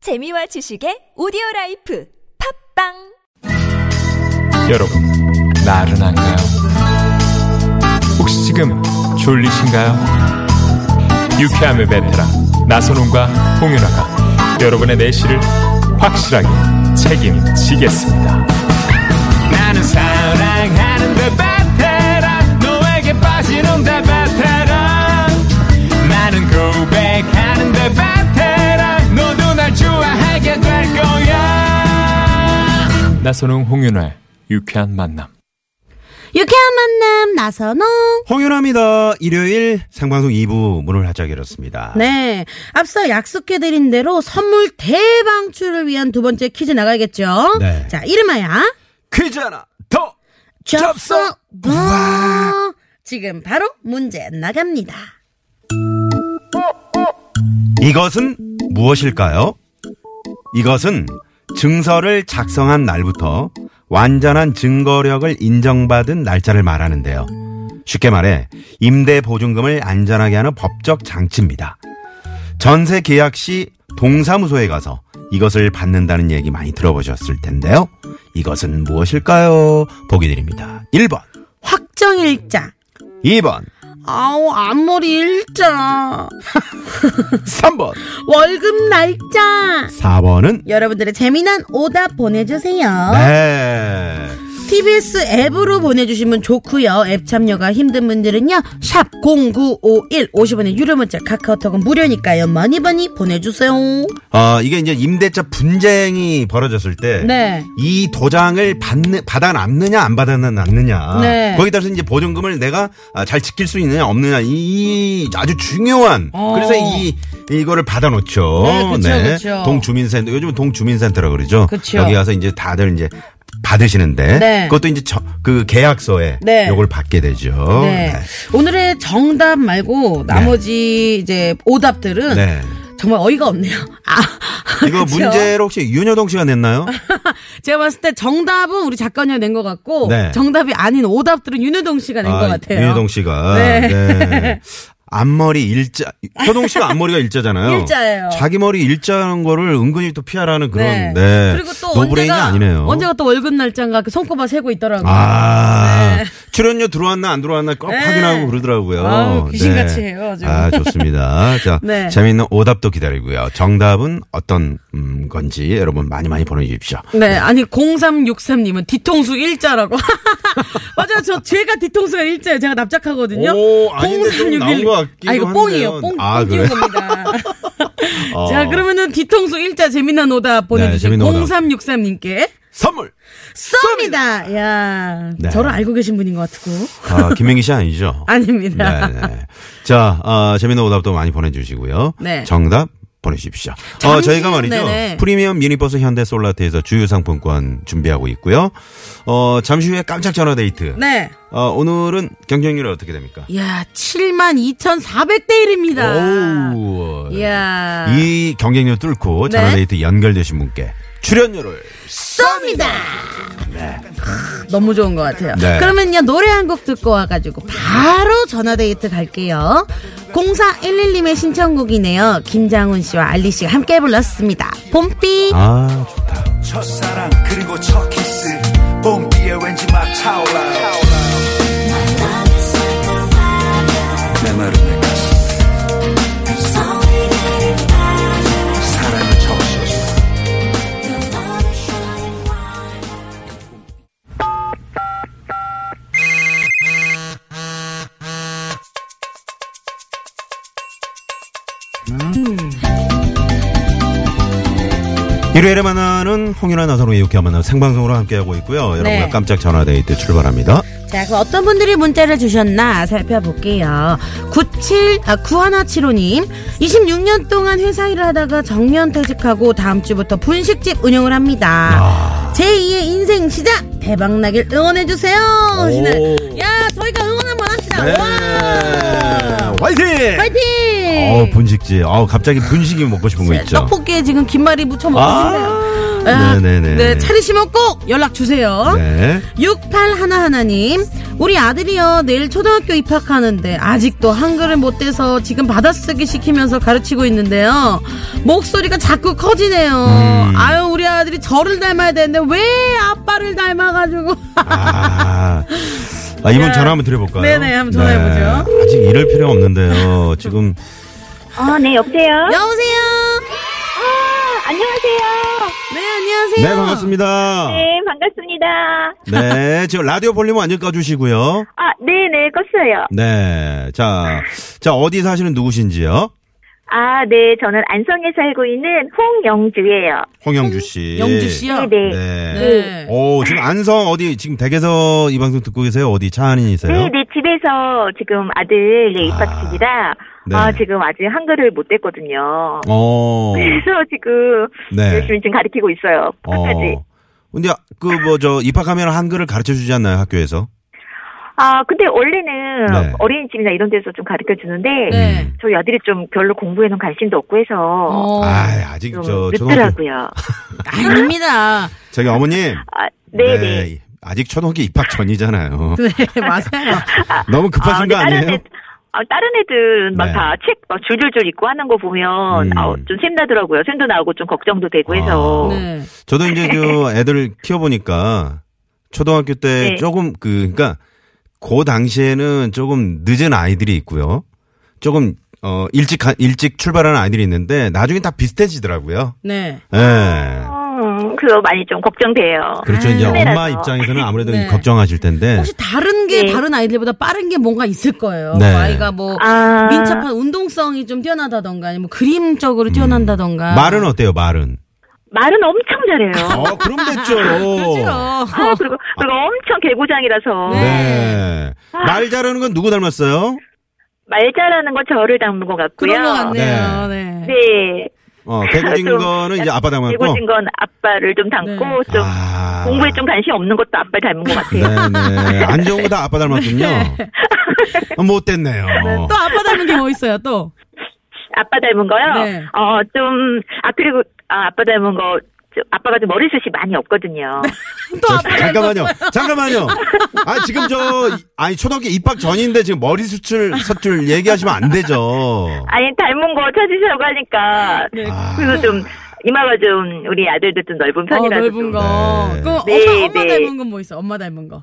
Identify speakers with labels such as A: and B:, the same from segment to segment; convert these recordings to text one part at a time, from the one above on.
A: 재미와 지식의 오디오 라이프 팝빵
B: 여러분, 나른한가요? 혹시 지금 졸리신가요? 유쾌함의 베테랑 나선홍과 홍윤아가 여러분의 내실을 확실하게 책임지겠습니다. 나는 사랑하는데 그 베테랑 너에게 빠지는데 베테랑 나는 고백하는데 그 베테랑 너도 날 좋아하게 될 거야. 나선홍 홍윤아의 유쾌한 만남.
C: 유쾌한 만남 나선홍.
D: 홍윤아입니다. 일요일 생방송 2부 문을 활짝 열었습니다.
C: 네. 앞서 약속해드린 대로 선물 대방출을 위한 두 번째 퀴즈 나가야겠죠.
D: 네.
C: 자, 이름하야.
D: 퀴즈 하나 더!
C: 접속. 지금 바로 문제 나갑니다.
D: 이것은 무엇일까요? 이것은 증서를 작성한 날부터 완전한 증거력을 인정받은 날짜를 말하는데요. 쉽게 말해 임대 보증금을 안전하게 하는 법적 장치입니다. 전세 계약 시 동사무소에 가서 이것을 받는다는 얘기 많이 들어보셨을 텐데요. 이것은 무엇일까요? 보기 드립니다. 1번,
C: 확정일자.
D: 2번,
C: 아우, 앞머리 일자.
D: 3번,
C: 월급 날짜.
D: 4번은
C: 여러분들의 재미난 오답 보내주세요.
D: 네.
C: TBS 앱으로 보내주시면 좋고요. 앱 참여가 힘든 분들은요. 샵 0951 50원의 유료 문자 카카오톡은 무료니까요. 많이 많이 보내주세요.
D: 어, 이게 이제 임대차 분쟁이 벌어졌을 때.
C: 네.
D: 이 도장을 받는, 받아놨느냐, 안 받아놨느냐.
C: 네.
D: 거기에 따라서 이제 보증금을 내가 아, 잘 지킬 수 있느냐, 없느냐. 이, 이 아주 중요한.
C: 어.
D: 그래서 이, 이거를 받아놓죠.
C: 네, 그쵸, 그쵸.
D: 동주민센터, 요즘은 동주민센터라 그러죠.
C: 그쵸.
D: 여기 가서 이제 다들 이제 받으시는데.
C: 네.
D: 그것도 이제 저, 그 계약서에.
C: 네.
D: 요걸 받게 되죠.
C: 네. 오늘의 정답 말고 나머지 이제 오답들은
D: 네.
C: 정말 어이가 없네요. 아,
D: 이거
C: 그쵸?
D: 문제로 혹시 윤여동 씨가 냈나요?
C: 제가 봤을 때 정답은 우리 작가님 낸것 같고
D: 네.
C: 정답이 아닌 오답들은 윤효동 씨가 낸 것 같아요.
D: 윤여동 씨가
C: 네.
D: 네. 앞머리 일자 효동 씨가 앞머리가 일자잖아요.
C: 일자예요.
D: 자기 머리 일자는 거를 은근히 또 피하라는 그런 네.
C: 그리고 또
D: 노브레인이
C: 언제가
D: 아니네요.
C: 언제가 또 월급 날짜인가 그 손꼽아 세고 있더라고요.
D: 아 출연료 들어왔나 안 들어왔나 꼭
C: 네.
D: 확인하고 그러더라고요. 네.
C: 아우, 귀신같이 해요, 아주.
D: 아 좋습니다. 자
C: 네.
D: 재미있는 오답도 기다리고요. 정답은 어떤 음, 건지 여러분 많이 많이 보내주십시오.
C: 네, 아니 0363님은 뒤통수 일자라고. 맞아요, 저 죄가 뒤통수가 일자예요. 제가 납작하거든요.
D: 오, 아닌데 좀 나온 것 같기도
C: 아 이거
D: 한데요.
C: 뽕이에요, 뽕,
D: 아,
C: 뽕 띄운
D: 그래요?
C: 겁니다.
D: 어, 네,
C: 자, 그러면은 뒤통수 일자 재미난 오답 보내주신
D: 재미난 오답.
C: 0363님께
D: 선물.
C: 쏩니다. 야,
D: 네.
C: 저를 알고 계신 분인 것 같고
D: 아, 김민기 씨 아니죠?
C: 아닙니다.
D: 네네. 자, 어, 재밌는 오답도 많이 보내주시고요.
C: 네.
D: 정답 보내주십시오. 어,
C: 잠시-
D: 저희가 말이죠.
C: 네네.
D: 프리미엄 미니버스 현대 솔라테에서 주유상품권 준비하고 있고요. 어, 잠시 후에 깜짝 전화 데이트.
C: 네,
D: 어, 오늘은 경쟁률이 어떻게 됩니까?
C: 야, 72,400대 1입니다.
D: 오우.
C: 야,
D: 이 경쟁률 뚫고
C: 네.
D: 전화 데이트 연결되신 분께 출연료를.
C: 쏩니다. 너무 좋은 것 같아요.
D: 네.
C: 그러면요 노래 한 곡 듣고 와가지고 바로 전화 데이트 갈게요. 0411님의 신청곡이네요. 김장훈 씨와 알리 씨가 함께 불렀습니다. 봄비.
D: 아, 좋다.
E: 첫사랑 그리고 첫 키스 봄비에 왠지 막 차올라 내 마음의 가슴 사랑을 적셔줘
D: 일요일에 만나는 홍윤아 나선홍의 유쾌한 만남 생방송으로 함께하고 있고요.
C: 네.
D: 여러분과 깜짝 전화 데이트 출발합니다.
C: 자, 그 어떤 분들이 문자를 주셨나 살펴볼게요. 97, 아, 9175님. 26년 동안 회사 일을 하다가 정년 퇴직하고 다음 주부터 분식집 운영을 합니다.
D: 아.
C: 제2의 인생 시작! 대박나길 응원해주세요! 하시는. 야, 저희가 응원 한번
D: 네.
C: 합시다! 와!
D: 화이팅!
C: 파이팅! 네.
D: 어 분식집. 어 갑자기 분식이 먹고 싶은 거 있죠.
C: 떡볶이에 지금 김말이 묻혀 먹고
D: 아,
C: 싶네요. 아,
D: 네네네.
C: 네, 차리시면 꼭 연락 주세요.
D: 네.
C: 6811님, 우리 아들이요, 내일 초등학교 입학하는데, 아직도 한글을 못 떼서 지금 받아쓰기 시키면서 가르치고 있는데요. 목소리가 자꾸 커지네요.
D: 음.
C: 아유, 우리 아들이 저를 닮아야 되는데, 왜 아빠를 닮아가지고.
F: 어?
D: 아, 아, 이분 전화 한번 드려볼까요?
C: 네네, 한번 전화해보죠.
D: 네, 아직 이럴 필요 없는데요. 지금
F: 어, 네, 여보세요?
C: 여보세요?
F: 아, 안녕하세요.
C: 네, 안녕하세요.
D: 네 반갑습니다.
F: 네, 반갑습니다.
D: 네, 지금 라디오 볼륨 완전 꺼주시고요.
F: 아, 네네, 껐어요.
D: 네, 자, 자 어디 사시는 누구신지요?
F: 아, 네, 저는 안성에 살고 있는 홍영주예요.
D: 홍영주 씨.
C: 영주 씨요?
F: 네네.
D: 네.
C: 네.
D: 오, 지금 안성 어디 지금 댁에서 이 방송 듣고 계세요? 어디 차 안이세요?
F: 네네, 집에서 지금 아들 예, 입학식이라,
D: 네.
F: 아, 지금 아직 한글을 못 뗐거든요.
D: 어.
F: 그래서 지금
D: 네.
F: 열심히 지금 가르치고 있어요. 끝까지.
D: 어. 근데 그 뭐 저 입학하면 한글을 가르쳐 주지 않나요, 학교에서?
F: 아, 근데 원래는
D: 네.
F: 어린이집이나 이런 데서 좀 가르쳐 주는데,
C: 네.
F: 저희 아들이 좀 별로 공부에는 관심도 없고 해서,
C: 어,
D: 아, 아직
F: 좀
D: 저 초등학교
F: 늦더라고요.
C: 아닙니다.
D: 저기 어머님.
F: 아, 네네. 그,
D: 아직 초등학교 입학 전이잖아요.
C: 네, 맞아요.
D: 너무 급하신
F: 근데
D: 거 아니에요?
F: 다른 애, 아, 다른 애들은
D: 네.
F: 막 다 책 막 줄줄줄 읽고 하는 거 보면
D: 음.
F: 아우, 좀 샘나더라고요. 샘도 나고 좀 걱정도 되고 해서.
D: 아.
C: 네.
D: 저도 이제 그 애들 키워보니까 초등학교 때
F: 네.
D: 조금 그, 그니까 그 당시에는 조금 늦은 아이들이 있고요. 조금, 어, 일찍, 가- 일찍 출발하는 아이들이 있는데 나중에 다 비슷해지더라고요.
C: 네.
D: 예.
F: 음, 그래서 많이 좀 걱정돼요.
D: 그렇죠. 이제
F: 큰일
D: 엄마
F: 나서.
D: 입장에서는 아무래도
C: 네.
D: 걱정하실 텐데.
C: 혹시 다른 게
F: 네.
C: 다른 아이들보다 빠른 게 뭔가 있을 거예요.
D: 네.
C: 그 아이가 뭐
F: 아.
C: 민첩한 운동성이 좀 뛰어나다던가 아니면 뭐 그림적으로 뛰어난다던가.
D: 말은 어때요, 말은?
F: 말은 엄청 잘해요.
D: 어, 그럼 됐죠.
C: 그렇죠.
F: 아, 그리고 그리고 엄청 개고장이라서
D: 네. 말 잘하는 건 누구 닮았어요?
F: 말 잘하는 건 저를 닮은 것 같고요.
C: 그런 것 같네요. 네.
F: 네.
D: 어, 개구진
F: 좀
D: 거는 이제 아빠 닮았고.
F: 개고진 건 아빠를 좀 닮고
C: 네.
F: 좀
D: 아.
F: 공부에 좀 관심 없는 것도 아빠를 닮은 것 같아요.
D: 네네. 안 좋은 거 다 아빠 닮았군요. 어, 못 됐네요.
C: 또 아빠 닮은 게 뭐 있어요, 또?
F: 아빠 닮은 거요?
C: 네.
F: 어, 좀, 아, 그리고, 아, 아빠 닮은 거, 저, 아빠가 좀 머리숱이 많이 없거든요.
C: 또
D: 자,
C: 아빠 닮은
D: 잠깐만요. 잠깐만요. 아, 지금 저, 아니, 초등학교 입학 전인데 지금 머리 수출, 서출 얘기하시면 안 되죠.
F: 아니, 닮은 거 찾으시라고 하니까.
D: 아.
F: 그래서 좀, 이마가 좀, 우리 아들도 좀 넓은
C: 네. 어,
F: 편이라서.
C: 넓은 거.
D: 네.
C: 그럼
F: 네,
C: 엄마, 엄마
F: 네.
C: 닮은 건 뭐 있어? 엄마 닮은 거.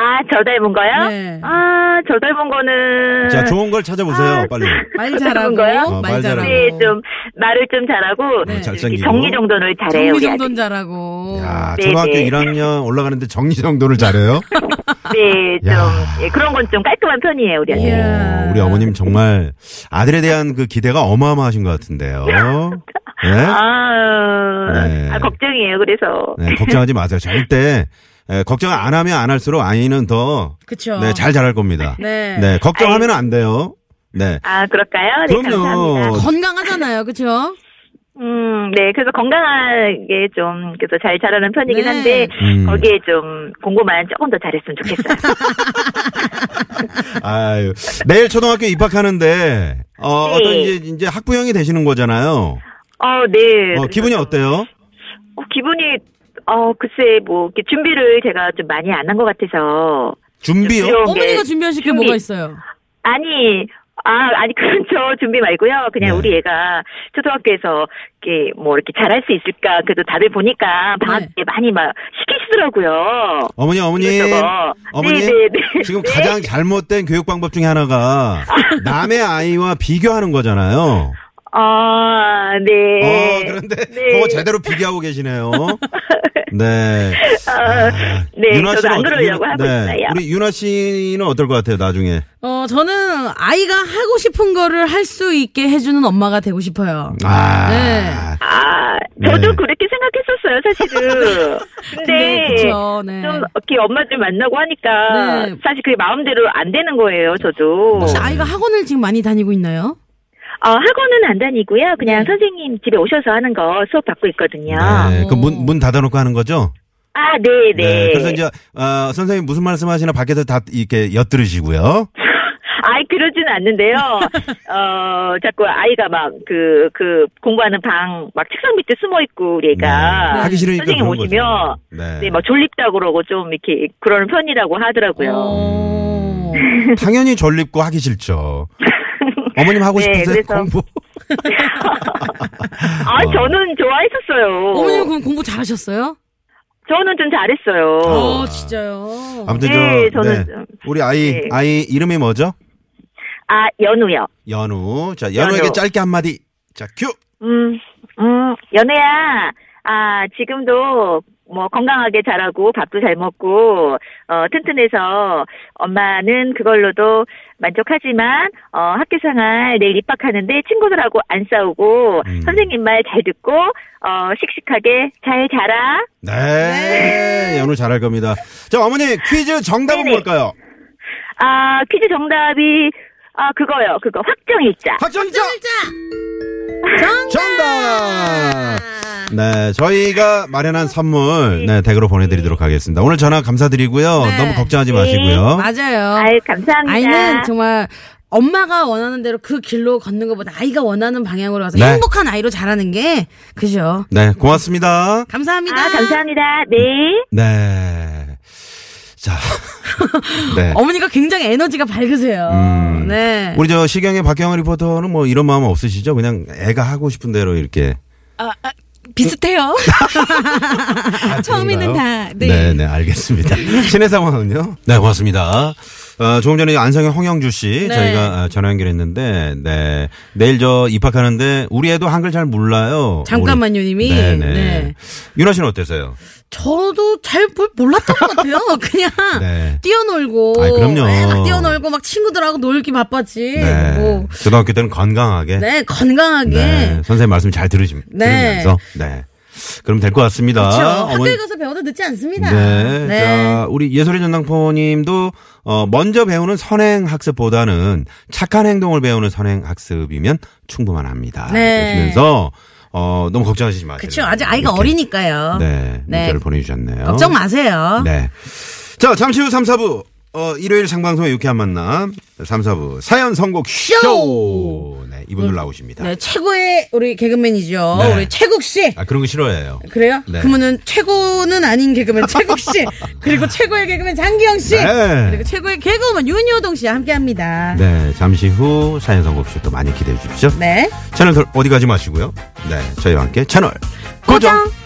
F: 아, 저 닮은 거요?
C: 네.
F: 아, 저 닮은 거는.
D: 자, 좋은 걸 찾아보세요,
F: 아,
D: 빨리.
C: 말
F: 닮은 거요?
C: 잘하고,
D: 어,
C: 말
D: 말
C: 잘하고.
D: 잘하고.
F: 네, 좀, 말을 좀 잘하고.
D: 네, 잘생기고.
F: 이렇게 정리정돈을 잘해요, 네, 우리 아들.
C: 정리정돈 잘하고.
D: 야,
F: 네,
D: 초등학교
F: 네.
D: 1학년 올라가는데 정리정돈을 잘해요?
F: 네, 좀,
D: 야.
F: 예, 그런 건 좀 깔끔한 편이에요, 우리 아들.
C: 이야.
D: 오, 어, 우리 어머님 정말 아들에 대한 그 기대가 어마어마하신 것 같은데요. 네?
F: 아,
D: 네.
F: 아, 걱정이에요, 그래서.
D: 네, 걱정하지 마세요. 절대 에, 걱정 안 하면 안 할수록 아이는 더
C: 그쵸.
D: 네, 잘 자랄 겁니다.
C: 네.
D: 걱정하면 안 돼요. 네.
F: 아, 그럴까요? 네,
D: 그럼요.
F: 감사합니다.
C: 건강하잖아요, 그쵸?
F: 네. 음, 네. 그래서 건강하게 좀, 그래서 잘 자라는 편이긴
C: 네.
F: 한데,
D: 음.
F: 거기에 좀 공부만 조금 더 잘했으면 좋겠어요.
D: 아유. 내일 초등학교 입학하는데 어,
F: 네.
D: 어떤 이제 이제 학부형이 되시는 거잖아요.
F: 어, 네.
D: 어, 기분이 어때요?
F: 어, 기분이, 어, 글쎄, 뭐, 이렇게 준비를 제가 좀 많이 안 한 것 같아서.
D: 준비요?
F: 그게
C: 어머니가 준비하실 게
F: 준비.
C: 뭐가 있어요?
F: 아니, 아, 아니, 그런 저 준비 말고요. 그냥
D: 네.
F: 우리 애가 초등학교에서 이렇게 뭐 이렇게 잘할 수 있을까. 그래도 다들 보니까 방학
C: 네.
F: 때 많이 막 시키시더라고요.
D: 어머니 어머니
F: 이것저것.
D: 어머니
F: 네, 네, 네.
D: 지금 가장 잘못된 교육 방법 중에 하나가 남의 아이와 비교하는 거잖아요.
F: 아, 네.
D: 어 그런데
F: 네.
D: 그거 제대로 비교하고 계시네요. 네. 아,
F: 네,
D: 윤아
F: 저도
D: 씨는
F: 안
D: 어때-
F: 그러려고
D: 윤아-
F: 하고 있어요.
D: 우리 윤아 씨는 어떨 것 같아요, 나중에?
C: 어, 저는 아이가 하고 싶은 거를 할 수 있게 해주는 엄마가 되고 싶어요.
D: 아.
C: 네.
F: 아, 저도
D: 네.
F: 그렇게 생각했었어요, 사실은.
C: 근데
F: 근데
C: 그쵸, 네.
F: 좀 이렇게 엄마들 만나고 하니까
C: 네.
F: 사실 그게 마음대로 안 되는 거예요, 저도.
D: 어.
C: 혹시
D: 네.
C: 아이가 학원을 지금 많이 다니고 있나요?
F: 어, 학원은 안 다니고요.
C: 네.
F: 그냥 선생님 집에 오셔서 하는 거 수업 받고 있거든요.
D: 네. 그 문, 문 닫아놓고 하는 거죠?
F: 아, 네, 네.
D: 그래서 이제, 어, 선생님 무슨 말씀 하시나 밖에서 다 이렇게 엿들으시고요.
F: 아이 그러진 않는데요. 어 자꾸 아이가 막 그 그 공부하는 방 막 책상 밑에 숨어 있고 우리 애가
D: 네. 하기 싫으니까
F: 선생님
D: 그런 거죠.
F: 오시면
D: 네.
F: 네, 막 졸립다 그러고 좀 이렇게 그러는 편이라고 하더라고요.
C: 네. 어.
D: 당연히 졸립고 하기 싫죠. 어머님 하고
F: 네,
D: 싶으세요?
F: 그래서-
D: 공부.
F: 아 저는 좋아했었어요.
C: 어머님 그럼 공부 잘하셨어요?
F: 저는 좀 잘했어요.
C: 어,
D: 어.
C: 진짜요.
D: 아무튼
F: 네,
D: 저
F: 저는
D: 네.
F: 좀-
D: 우리 아이
F: 네.
D: 아이 이름이 뭐죠?
F: 아 연우요.
D: 연우. 자, 연우에게
F: 연우.
D: 짧게 한 마디. 자, 큐.
F: 음, 음, 연애야. 아, 지금도 뭐 건강하게 자라고 밥도 잘 먹고 어 튼튼해서 엄마는 그걸로도 만족하지만 어 학교 생활 내일 입학하는데 친구들하고 안 싸우고
D: 음.
F: 선생님 말 잘 듣고 어 씩씩하게 잘 자라.
D: 네. 연우 잘할 겁니다. 자, 어머니 퀴즈 정답은
F: 네네.
D: 뭘까요?
F: 아, 퀴즈 정답이 아 그거요. 그거 확정일자.
D: 박정자
C: 정답!
D: 정답. 네, 저희가 마련한 선물 네, 댁으로 보내드리도록 하겠습니다. 오늘 전화 감사드리고요.
C: 네.
D: 너무 걱정하지 마시고요.
C: 맞아요.
F: 아유, 감사합니다.
C: 아이는 정말 엄마가 원하는 대로 그 길로 걷는 것보다 아이가 원하는 방향으로 가서
D: 네.
C: 행복한 아이로 자라는 게 그죠.
D: 네, 고맙습니다.
C: 감사합니다.
F: 아, 감사합니다. 네.
D: 네. 자, 네.
C: 어머니가 굉장히 에너지가 밝으세요.
D: 음.
C: 네.
D: 우리 저 시경의 박경원 리포터는 뭐 이런 마음 없으시죠? 그냥 애가 하고 싶은 대로 이렇게.
G: 비슷해요. 처음에는 다, 네.
D: 아, 네, 알겠습니다. 신의 상황은요? 네, 고맙습니다. 어, 조금 전에 안성의 홍영주 씨
C: 네.
D: 저희가 어, 전화 연결했는데, 네. 내일 저 입학하는데 우리 애도 한글 잘 몰라요.
C: 잠깐만요, 님이.
D: 네, 네.
C: 네.
D: 윤아 씨는 어땠어요?
C: 저도 잘 몰- 몰랐던 것 같아요. 그냥
D: 네.
C: 뛰어놀고.
D: 아이, 그럼요.
C: 네, 막 뛰어놀고 막 친구들하고 놀기 바빴지.
D: 네.
C: 뭐.
D: 초등학교 때는 건강하게.
C: 네, 건강하게.
D: 네, 선생님 말씀 잘 들으시,
C: 네.
D: 들으면서. 네. 그럼 될 것 같습니다.
C: 그렇죠.
D: 아, 어머니-
C: 학교에 가서 배워도 늦지 않습니다.
D: 네. 자, 우리 예술의 전당포님도 어, 먼저 배우는 선행 학습보다는 착한 행동을 배우는 선행 학습이면 충분합니다.
C: 네.
D: 그러시면서 어, 너무 걱정하시지 마세요.
C: 그렇죠. 아직 아이가
D: 이렇게,
C: 어리니까요.
D: 네.
C: 네.
D: 문자를 보내주셨네요.
C: 걱정 마세요.
D: 네. 자, 잠시 후 3, 4부. 어, 일요일 생방송의 유쾌한 만남 3, 4부 사연 선곡 쇼. 네, 이분들 나오십니다.
C: 네, 최고의 우리 개그맨이죠.
D: 네.
C: 우리 최국 씨.
D: 아, 그런 거 싫어해요.
C: 그래요?
D: 네.
C: 그러면은 최고는 아닌 개그맨 최국 씨. 그리고 최고의 개그맨 장기영 씨.
D: 네.
C: 그리고 최고의 개그맨 윤효동 씨와 함께 합니다.
D: 네, 잠시 후 사연 선곡 쇼또 많이 기대해 주십시오.
C: 네.
D: 채널 돌- 어디 가지 마시고요. 네, 저희와 함께 채널 고정.
C: 고정.